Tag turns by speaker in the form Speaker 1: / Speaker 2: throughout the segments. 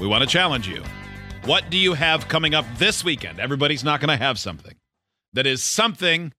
Speaker 1: We want to challenge you. What do you have coming up this weekend? Everybody's not going to have something that is something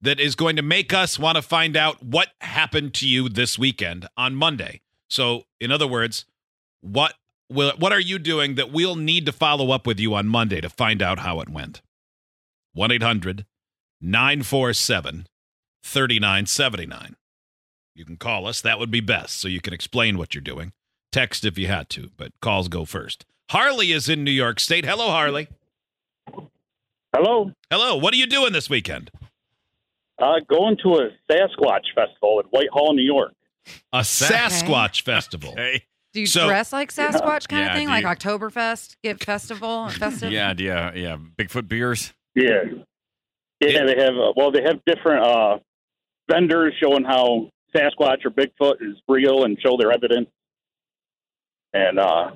Speaker 1: that is going to make us want to find out what happened to you this weekend on Monday. So, in other words, what will what are you doing that we'll need to follow up with you on Monday to find out how it went? 1-800-947-3979. You can call us. That would be best so you can explain what you're doing text if you had to, but calls go first. Harley is in New York State. Hello, Harley.
Speaker 2: Hello.
Speaker 1: Hello. What are you doing this weekend?
Speaker 2: Uh, going to a Sasquatch festival at Whitehall, New York.
Speaker 1: A Sasquatch festival.
Speaker 3: Okay.
Speaker 4: Do you
Speaker 1: So-
Speaker 4: dress like Sasquatch kind
Speaker 3: Yeah,
Speaker 4: of thing,
Speaker 3: do
Speaker 4: like
Speaker 3: you-
Speaker 4: Oktoberfest, get festival, festive?
Speaker 3: Yeah, yeah, yeah. Bigfoot beers.
Speaker 2: Yeah. Yeah, they have. Uh, well, they have different uh, vendors showing how Sasquatch or Bigfoot is real and show their evidence. And uh,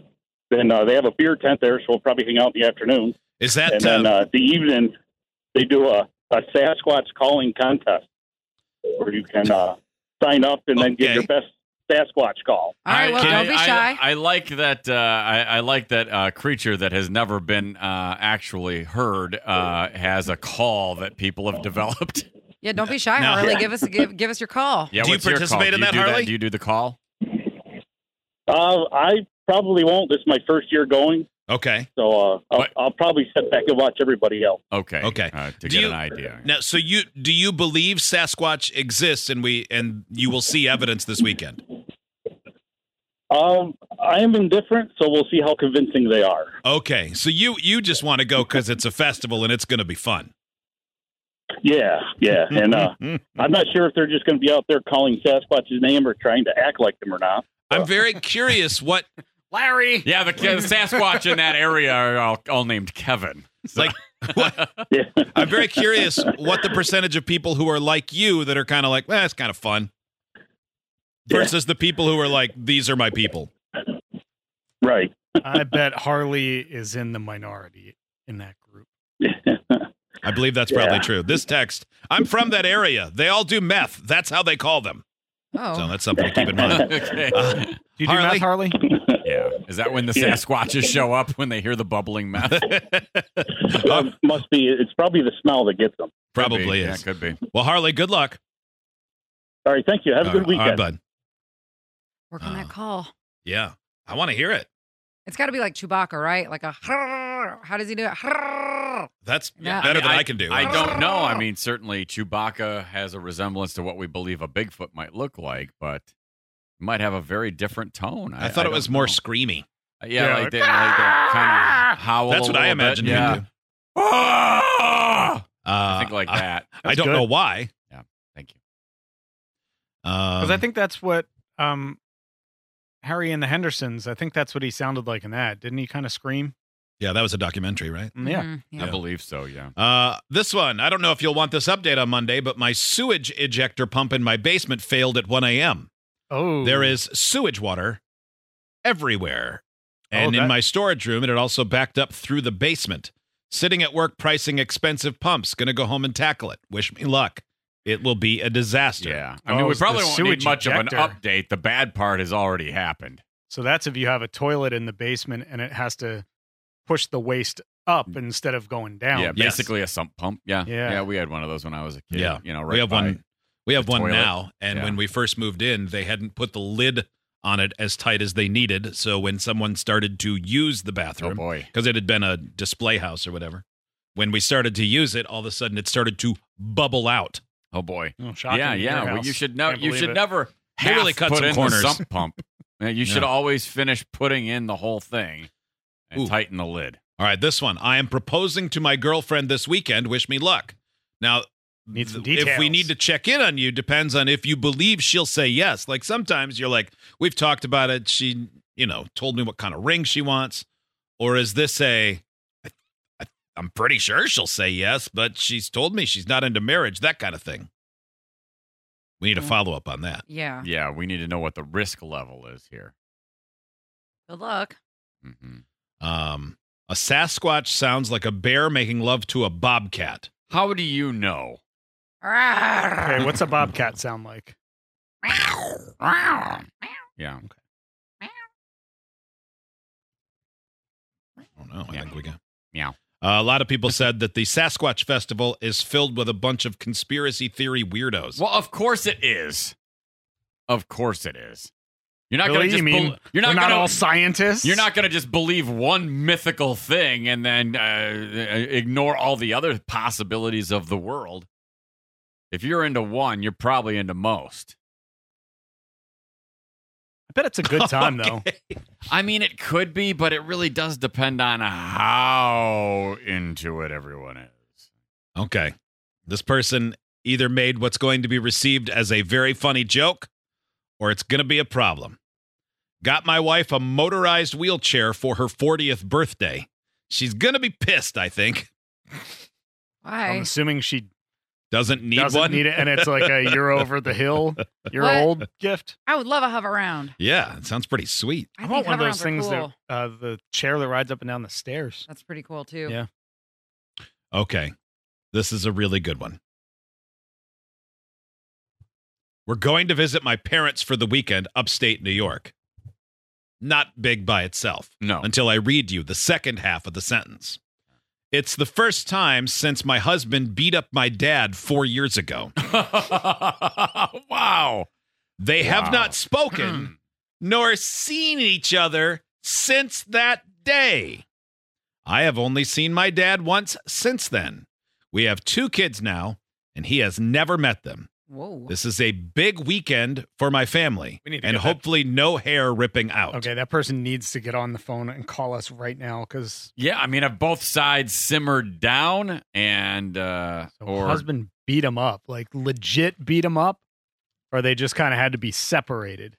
Speaker 2: then uh, they have a beer tent there, so we'll probably hang out in the afternoon.
Speaker 1: Is that
Speaker 2: and then
Speaker 1: uh,
Speaker 2: uh, the evening, they do a, a Sasquatch calling contest where you can uh, sign up and then get
Speaker 1: Okay.
Speaker 2: your best Sasquatch call.
Speaker 4: All right, well,
Speaker 3: I-
Speaker 4: don't be
Speaker 3: I-
Speaker 4: shy.
Speaker 3: I, like that. Uh, I, I like that uh, creature that has never been uh, actually heard uh, has a call that people have developed.
Speaker 4: yeah, don't be shy,
Speaker 1: No.
Speaker 4: Harley. Give us give give us your call.
Speaker 3: Yeah,
Speaker 1: Do you
Speaker 3: what's your call?
Speaker 1: participate in
Speaker 3: do
Speaker 1: that,
Speaker 3: you do
Speaker 1: Harley?
Speaker 3: Do you do the call?
Speaker 2: Uh, I probably won't. This is my first year going.
Speaker 1: okay?
Speaker 2: So uh, I'll,
Speaker 3: What?
Speaker 2: I'll probably sit back and watch everybody else.
Speaker 3: Okay.
Speaker 1: Okay.
Speaker 3: Uh,
Speaker 1: Do
Speaker 3: to get
Speaker 1: you-
Speaker 3: an idea.
Speaker 1: Now, so you do you believe Sasquatch exists, and we and you will see evidence this weekend?
Speaker 2: Um, I am indifferent, so we'll see how convincing they are.
Speaker 1: Okay. So you you just want to go because it's a festival and it's going to be fun.
Speaker 2: Yeah, yeah. And uh, I'm not sure if they're just going to be out there calling Sasquatch's name or trying to act like them or not.
Speaker 1: I'm very curious what
Speaker 3: Larry. Yeah, the, the Sasquatch in that area are all, all named Kevin.
Speaker 1: like what,
Speaker 2: Yeah.
Speaker 1: I'm very curious what the percentage of people who are like you that are kind of like, eh, it's kind of fun,
Speaker 2: Yeah.
Speaker 1: versus the people who are like, these are my people.
Speaker 2: right.
Speaker 5: I bet Harley is in the minority in that group.
Speaker 1: Uh-huh. I believe that's probably
Speaker 2: Yeah.
Speaker 1: true. This text, I'm from that area. They all do meth. That's how they call them. So
Speaker 4: Oh,
Speaker 1: that's something to keep in mind.
Speaker 3: okay.
Speaker 1: Uh,
Speaker 5: Do you do
Speaker 1: Harley?
Speaker 5: math, Harley?
Speaker 3: yeah. Is that when the
Speaker 2: Yeah.
Speaker 3: Sasquatches show up when they hear the bubbling meth?
Speaker 2: Um, must be. It's probably the smell that gets them.
Speaker 3: Could be.
Speaker 1: probably
Speaker 3: Yeah,
Speaker 1: is.
Speaker 3: could be.
Speaker 1: Well, Harley, good luck.
Speaker 2: All right. Thank you. Have a
Speaker 1: All
Speaker 2: good
Speaker 1: right, all right, bud.
Speaker 2: weekend.
Speaker 4: work on
Speaker 1: Uh.
Speaker 4: that call.
Speaker 1: Yeah. I want to hear it.
Speaker 4: It's got to be like Chewbacca, right? Like a how does he do it? All
Speaker 1: That's
Speaker 4: Yeah.
Speaker 1: better
Speaker 3: I mean,
Speaker 1: than I, can do.
Speaker 3: I don't know. I mean, certainly Chewbacca has a resemblance to what we believe a Bigfoot might look like, but it might have a very different tone.
Speaker 1: I thought it
Speaker 3: don't
Speaker 1: was more
Speaker 3: know. Uh,
Speaker 1: screamy.
Speaker 3: Yeah,
Speaker 5: Yeah,
Speaker 3: like,
Speaker 5: like-
Speaker 3: they, like they kind of howl.
Speaker 1: That's
Speaker 3: a
Speaker 1: what I
Speaker 3: little
Speaker 1: imagined.
Speaker 3: Bit.
Speaker 1: you
Speaker 3: Yeah.
Speaker 1: do. Uh,
Speaker 3: Ah! I think like
Speaker 1: I,
Speaker 3: that.
Speaker 1: I don't
Speaker 5: good.
Speaker 1: know why.
Speaker 3: Thank you.
Speaker 5: Because
Speaker 1: Um,
Speaker 5: I think that's what um, Harry and the Hendersons. I think that's what he sounded like in that. Didn't he kind of scream?
Speaker 1: yeah, that was a documentary, right?
Speaker 5: Mm, Yeah.
Speaker 4: Mhm,
Speaker 3: I
Speaker 4: yeah.
Speaker 3: believe so. Yeah.
Speaker 1: Uh, this one, I don't know if you'll want this update on Monday, but my sewage ejector pump in my basement failed at 1 a.m.
Speaker 5: Oh,
Speaker 1: There is sewage water everywhere. And
Speaker 5: Oh,
Speaker 1: in
Speaker 5: that-
Speaker 1: my storage room, and it also backed up through the basement. Sitting at work pricing expensive pumps. Gonna go home and tackle it. Wish me luck. It will be a disaster.
Speaker 3: Yeah. I mean,
Speaker 5: Oh,
Speaker 3: we
Speaker 5: it's the
Speaker 3: probably won't need
Speaker 5: sewage
Speaker 3: much of an
Speaker 5: ejector.
Speaker 3: update. The bad part has already happened.
Speaker 5: So that's if you have a toilet in the basement and it has to push the waste up instead of going down.
Speaker 3: Yeah.
Speaker 1: Yes.
Speaker 3: Basically a sump pump. Yeah.
Speaker 5: Yeah.
Speaker 3: Yeah. We had one of those when I was a kid.
Speaker 1: Yeah.
Speaker 3: You know, right
Speaker 1: we have
Speaker 3: by-
Speaker 1: one we have
Speaker 3: the
Speaker 1: one
Speaker 3: toilet.
Speaker 1: now. And
Speaker 3: Yeah.
Speaker 1: when we first moved in, they hadn't put the lid on it as tight as they needed. So when someone started to use the
Speaker 3: Oh
Speaker 1: bathroom,
Speaker 3: boy.
Speaker 1: because it had been a display house or whatever. When we started to use it, all of a sudden it started to bubble out.
Speaker 3: Oh boy.
Speaker 5: Oh, shocking
Speaker 3: yeah,
Speaker 5: in
Speaker 3: yeah.
Speaker 5: your
Speaker 3: Well,
Speaker 5: house.
Speaker 3: you should know.
Speaker 5: Can't
Speaker 3: You
Speaker 5: believe
Speaker 3: should
Speaker 5: it.
Speaker 3: never
Speaker 1: They
Speaker 3: half
Speaker 1: really cut
Speaker 3: put
Speaker 1: some
Speaker 3: in
Speaker 1: corners.
Speaker 3: The sump pump. Yeah, you should
Speaker 1: Yeah.
Speaker 3: always finish putting in the whole thing and
Speaker 1: Ooh.
Speaker 3: tighten the lid.
Speaker 1: All right, this one. I am proposing to my girlfriend this weekend. Wish me luck. Now,
Speaker 5: Need some
Speaker 1: th- if we
Speaker 5: details.
Speaker 1: need to check in on you, depends on if you believe she'll say yes. Like sometimes you're like, we've talked about it. She, you know, told me what kind of ring she wants. Or is this a, I- I- I'm pretty sure she'll say yes, but she's told me she's not into marriage, that kind of thing. We need a
Speaker 4: Mm.
Speaker 1: follow up on that.
Speaker 4: Yeah.
Speaker 3: Yeah, we need to know what the risk level is here.
Speaker 4: Good luck.
Speaker 3: hmm
Speaker 1: Um, a Sasquatch sounds like a bear making love to a bobcat.
Speaker 3: How do you know?
Speaker 5: Okay, what's a bobcat sound like?
Speaker 3: Yeah.
Speaker 1: I don't know. Oh, I
Speaker 3: Yeah.
Speaker 1: think we got.
Speaker 3: Meow.
Speaker 1: Uh, a lot of people said that the Sasquatch Festival is filled with a bunch of conspiracy theory weirdos.
Speaker 3: Well, of course it is. Of course it is. You're not
Speaker 5: Really?
Speaker 3: gonna just
Speaker 5: You mean
Speaker 3: bel- you're
Speaker 5: We're
Speaker 3: not
Speaker 5: not
Speaker 3: gonna
Speaker 5: all scientists.
Speaker 3: You're not going to just believe one mythical thing and then uh, ignore all the other possibilities of the world. If you're into one, you're probably into most.
Speaker 5: I bet it's a good time though.
Speaker 3: I mean, it could be, but it really does depend on how into it everyone is.
Speaker 1: Okay. This person either made what's going to be received as a very funny joke or it's going to be a problem. Got my wife a motorized wheelchair for her 40th birthday. She's going to be pissed, I think.
Speaker 5: I'm
Speaker 4: Why?
Speaker 5: assuming she
Speaker 1: Doesn't need
Speaker 5: doesn't
Speaker 1: one.
Speaker 5: need it, and it's like a you're over the hill, you're
Speaker 4: What?
Speaker 5: old gift.
Speaker 4: I would love a hover round.
Speaker 1: Yeah, it sounds pretty sweet.
Speaker 4: I,
Speaker 5: I,
Speaker 4: think
Speaker 5: want one of
Speaker 4: hover
Speaker 5: those
Speaker 4: rounds
Speaker 5: things
Speaker 4: are cool.
Speaker 5: that uh, the chair that rides up and down the stairs.
Speaker 4: That's pretty cool too.
Speaker 5: Yeah.
Speaker 1: Okay. This is a really good one. We're going to visit my parents for the weekend upstate New York. Not big by itself
Speaker 3: No.
Speaker 1: until I read you the second half of the sentence. It's the first time since my husband beat up my dad four years ago.
Speaker 3: wow.
Speaker 1: They
Speaker 3: Wow.
Speaker 1: have not spoken nor seen each other since that day. I have only seen my dad once since then. We have two kids now, and he has never met them.
Speaker 4: Whoa.
Speaker 1: This is a big weekend for my family,
Speaker 5: We need to
Speaker 1: and
Speaker 5: get that-
Speaker 1: hopefully, no hair ripping out.
Speaker 5: Okay, that person needs to get on the phone and call us right now because
Speaker 3: Yeah, I mean, if both sides simmered down and uh, or
Speaker 5: husband beat him up, like legit beat him up, or they just kind of had to be separated.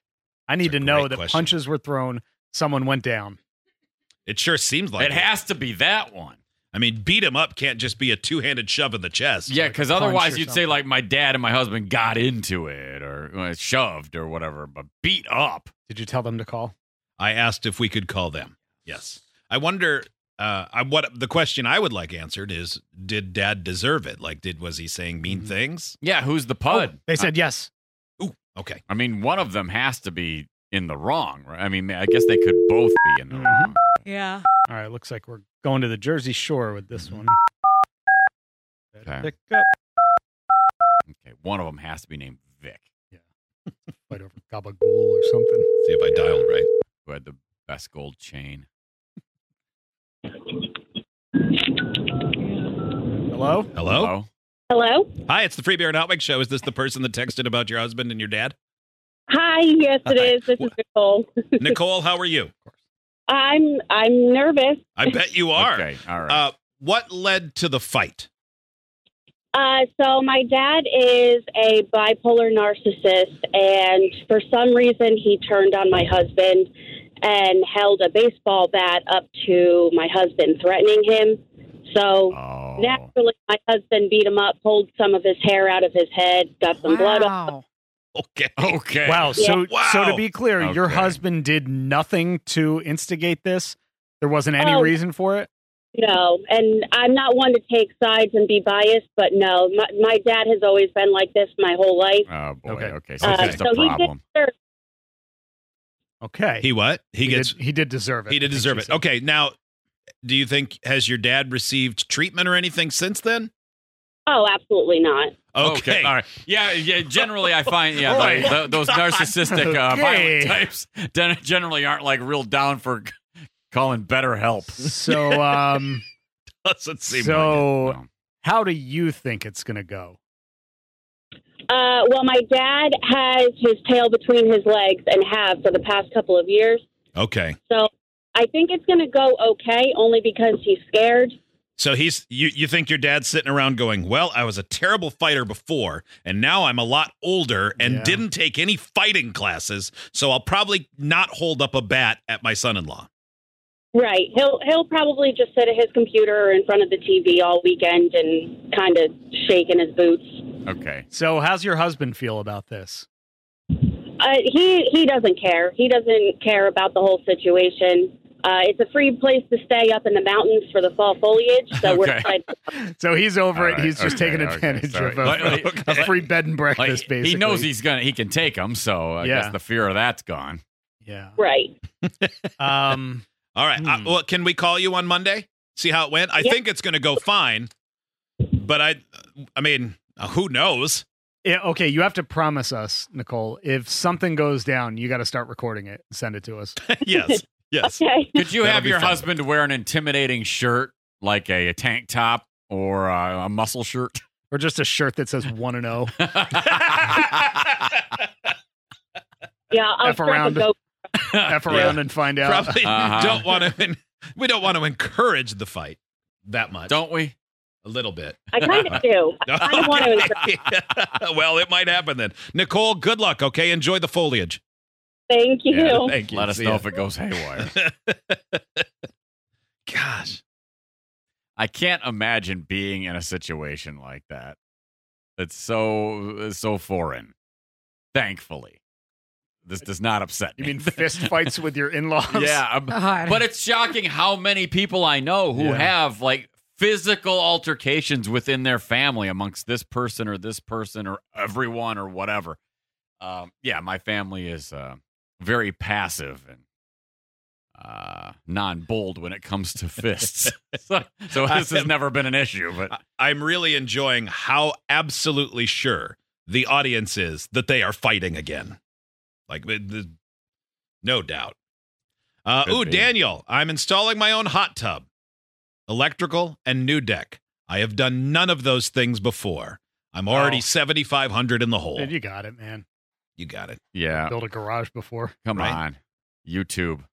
Speaker 5: I need
Speaker 1: a
Speaker 5: to know
Speaker 1: great
Speaker 5: that
Speaker 1: question.
Speaker 5: punches were thrown, someone went down.
Speaker 1: It sure seems like
Speaker 3: it has to be that one.
Speaker 1: I mean, beat him up can't just be a two handed shove in the chest.
Speaker 3: Yeah, because
Speaker 5: punch
Speaker 3: otherwise
Speaker 5: or
Speaker 3: you'd say
Speaker 5: something.
Speaker 3: like my dad and my husband got into it or uh, shoved or whatever, but beat up.
Speaker 5: Did you tell them to call?
Speaker 1: I asked if we could call them. Yes. I wonder. Uh, I, what the question I would like answered is: Did Dad deserve it? Like, did was he saying mean things?
Speaker 3: Yeah, who's the pud?
Speaker 5: Oh, They said yes.
Speaker 1: Ooh, okay.
Speaker 3: I mean, one of them has to be in the wrong, right? I mean, I guess they could both be in the
Speaker 5: Mhm.
Speaker 3: wrong.
Speaker 4: Yeah.
Speaker 5: All right, looks like we're going to the Jersey Shore with this
Speaker 1: Mm-hmm.
Speaker 5: one. Better
Speaker 3: Okay.
Speaker 5: Pick up.
Speaker 3: Okay, one of them has to be named Vic,
Speaker 5: Fight over Gabagool or something.
Speaker 1: See if I dialed right.
Speaker 3: who had the best gold chain.
Speaker 5: Hello?
Speaker 1: Hello?
Speaker 6: Hello.
Speaker 1: Hi, it's the Free Beer and Hotwig Show. Is this the person that texted about your husband and your dad?
Speaker 6: Hi. Yes, it
Speaker 1: Hi.
Speaker 6: is. This is Nicole.
Speaker 1: Nicole, how are you?
Speaker 6: I'm I'm nervous.
Speaker 1: I bet you are.
Speaker 3: Okay, all right.
Speaker 1: Uh, what led to the fight?
Speaker 6: Uh, so my dad is a bipolar narcissist, and for some reason he turned on my husband and held a baseball bat up to my husband, threatening him. So
Speaker 3: oh.
Speaker 6: naturally, my husband beat him up, pulled some of his hair out of his head, got some blood off.
Speaker 4: Wow.
Speaker 1: Okay.
Speaker 3: okay.
Speaker 5: Wow. So,
Speaker 1: Yeah.
Speaker 5: so
Speaker 1: Wow.
Speaker 5: to be clear, your
Speaker 3: Okay.
Speaker 5: husband did nothing to instigate this. There wasn't any
Speaker 6: Oh.
Speaker 5: reason for it.
Speaker 6: No, and I'm not one to take sides and be biased, but no, my, my dad has always been like this my whole life.
Speaker 3: Oh boy. Okay.
Speaker 5: Okay.
Speaker 3: So it's
Speaker 6: Uh,
Speaker 3: just
Speaker 6: so
Speaker 3: a
Speaker 6: he did-
Speaker 3: problem.
Speaker 5: Okay.
Speaker 1: He what? He, gets.
Speaker 5: did, he did deserve it.
Speaker 1: he did
Speaker 5: I think
Speaker 1: deserve
Speaker 5: she
Speaker 1: it.
Speaker 5: said.
Speaker 1: Okay. Now, do you think has your dad received treatment or anything since then?
Speaker 6: Oh, absolutely not.
Speaker 1: Okay.
Speaker 3: All right. Yeah. Yeah. Generally, I find yeah
Speaker 1: Boy.
Speaker 3: tho- tho- those narcissistic uh,
Speaker 5: Okay.
Speaker 3: violent types gen- generally aren't like real down for c- calling better help.
Speaker 5: So um
Speaker 1: Doesn't seem like
Speaker 5: so,
Speaker 3: No.
Speaker 5: how do you think it's going to go?
Speaker 6: Uh, well, my dad has his tail between his legs and have for the past couple of years.
Speaker 1: it. Okay.
Speaker 6: So I think it's going to go okay, only because he's scared.
Speaker 1: So he's you you think your dad's sitting around going, "Well, I was a terrible fighter before, and now I'm a lot older and
Speaker 5: Yeah.
Speaker 1: didn't take any fighting classes, so I'll probably not hold up a bat at my son-in-law."
Speaker 6: Right. He'll he'll probably just sit at his computer or in front of the TV all weekend and kind of shake in his boots.
Speaker 3: Okay.
Speaker 5: So, how's your husband feel about this?
Speaker 6: Uh, he he doesn't care. He doesn't care about the whole situation. Uh, it's a free place to stay up in the mountains for the fall foliage, so we're
Speaker 3: Okay.
Speaker 6: excited.
Speaker 5: So he's over
Speaker 3: All
Speaker 5: it.
Speaker 3: right,
Speaker 5: He's just
Speaker 3: okay,
Speaker 5: taking
Speaker 3: okay,
Speaker 5: advantage
Speaker 3: sorry.
Speaker 5: of a,
Speaker 3: Like-
Speaker 5: a
Speaker 3: like-
Speaker 5: free bed and
Speaker 3: Like,
Speaker 5: breakfast. basically,
Speaker 3: he knows he's gonna he can take them, so I
Speaker 5: Yeah.
Speaker 3: guess the fear of that's gone.
Speaker 5: yeah.
Speaker 6: Right.
Speaker 5: Um,
Speaker 1: All right. I-
Speaker 5: Hmm.
Speaker 1: well, can we call you on Monday? See how it went? I
Speaker 6: Yeah.
Speaker 1: think it's going to go fine. But I I mean, uh, who knows?
Speaker 5: yeah, okay, you have to promise us, Nicole. If something goes down, you got to start recording it and send it to us.
Speaker 1: yes. Yes.
Speaker 6: Okay.
Speaker 3: Could you
Speaker 1: That'll
Speaker 3: have
Speaker 1: be
Speaker 3: your
Speaker 1: fun.
Speaker 3: husband wear an intimidating shirt, like a, a tank top or uh, a, a muscle shirt?
Speaker 5: Or just a shirt that says one and oh. zero.
Speaker 6: Yeah, I'll
Speaker 5: F
Speaker 6: strap
Speaker 5: around.
Speaker 6: a go.
Speaker 5: F around and find out.
Speaker 1: Probably
Speaker 3: Uh-huh.
Speaker 1: don't want to we don't want to encourage the fight that much.
Speaker 3: Don't we?
Speaker 1: a little bit.
Speaker 6: I kind of do. I kind of want to.
Speaker 1: well, it might happen then. Nicole, good luck. Okay, enjoy the foliage.
Speaker 6: Thank you.
Speaker 1: Yeah, thank you.
Speaker 3: Let us
Speaker 1: See
Speaker 3: know
Speaker 1: ya.
Speaker 3: if it goes haywire.
Speaker 1: Gosh,
Speaker 3: I can't imagine being in a situation like that. It's so it's so foreign. Thankfully, this does not upset
Speaker 5: You
Speaker 3: me.
Speaker 5: mean fist fights with your in laws?
Speaker 3: yeah, I'm-
Speaker 4: God.
Speaker 3: but it's shocking how many people I know who
Speaker 5: Yeah.
Speaker 3: have like physical altercations within their family amongst this person or this person or everyone or whatever. Um, yeah, my family is uh, very passive and uh, non bold when it comes to fists. so, so this has never been an issue, but
Speaker 1: I- I'm really enjoying how absolutely sure the audience is that they are fighting again. Like, th- th- no doubt. Uh,
Speaker 3: Could
Speaker 1: ooh,
Speaker 3: be.
Speaker 1: Daniel, I'm installing my own hot tub, electrical, and new deck. I have done none of those things before. I'm already
Speaker 5: Wow.
Speaker 1: 7,500 in the hole.
Speaker 5: Dude, you got it, man.
Speaker 1: you got it.
Speaker 3: yeah,
Speaker 5: Built a garage before.
Speaker 3: come
Speaker 1: Right.
Speaker 3: on, YouTube.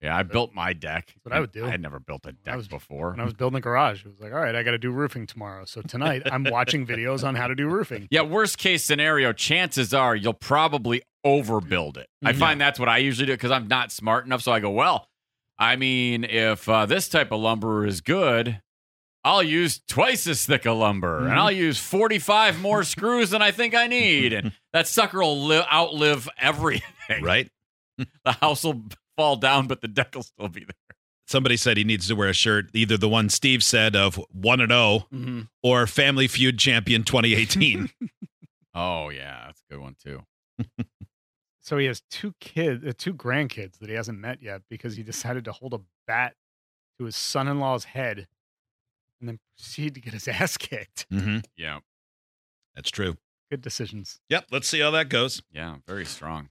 Speaker 3: Yeah, I built my deck.
Speaker 5: what I would do.
Speaker 3: I had never built a deck
Speaker 5: was-
Speaker 3: before.
Speaker 5: When I was building a garage, it was like, all right, I got to do roofing tomorrow. So tonight, I'm watching videos on how to do roofing.
Speaker 3: Yeah, worst case scenario, chances are you'll probably overbuild it. I
Speaker 5: Mhm.
Speaker 3: find that's what I usually do because I'm not smart enough. So I go, well, I mean, if uh, this type of lumber is good, I'll use twice as thick a lumber and
Speaker 5: Mhm.
Speaker 3: I'll use 45 more screws than I think I need. And that sucker will li- outlive everything.
Speaker 1: Right?
Speaker 3: The house will fall down, but the deck will still be there.
Speaker 1: Somebody said he needs to wear a shirt, either the one Steve said of 1 and 0
Speaker 5: Mhm.
Speaker 1: or Family Feud Champion 2018.
Speaker 3: Oh, yeah, that's a good one, too.
Speaker 5: So he has two kids, uh, two grandkids that he hasn't met yet because he decided to hold a bat to his son-in-law's head and then proceed to get his ass kicked.
Speaker 1: mm-hmm.
Speaker 3: Yeah,
Speaker 1: That's true.
Speaker 5: Good decisions.
Speaker 1: Yep. Let's see how that goes.
Speaker 3: yeah, very strong.